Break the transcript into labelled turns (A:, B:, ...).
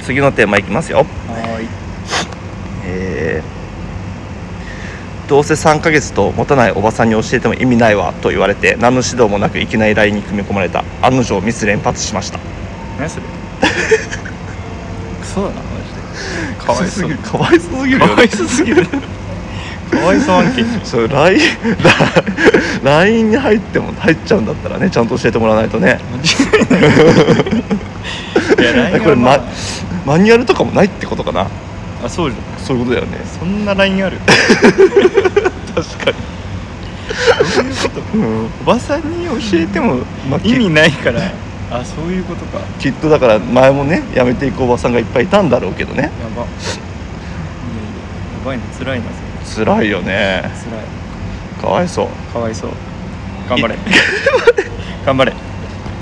A: 次のテーマいきますよ
B: はい
A: えーどうせ3ヶ月と持たないおばさんに教えても意味ないわと言われて何の指導もなくいきなり LINE に組み込まれた案の定ミス連発しました
B: 何それクソだなマジで
A: か
B: かわいそう
A: わいそうすぎる
B: か
A: よ
B: わ
A: ね
B: いそうすぎるかわいそう案件
A: そう LINE LINE に入っても入っちゃうんだったらねちゃんと教えてもらわないとね
B: いや LINE は
A: これ、
B: ま
A: ま、マニュアルとかもないってことかな
B: あ、あそうじゃん
A: そういうことだよね
B: そんな LINE ある
A: 確かに
B: どういうこと
A: うん
B: おばさんに
A: 教えても、まあ、
B: 意
A: き
B: 味な いからあそういうことか
A: きっとだから前もねやめていくおばさんがいっぱいいたんだろうけどね
B: やばいやいややばいな辛いなそ
A: 辛いよね
B: れ辛い
A: かわいそう
B: かわいそう頑張れ頑張れ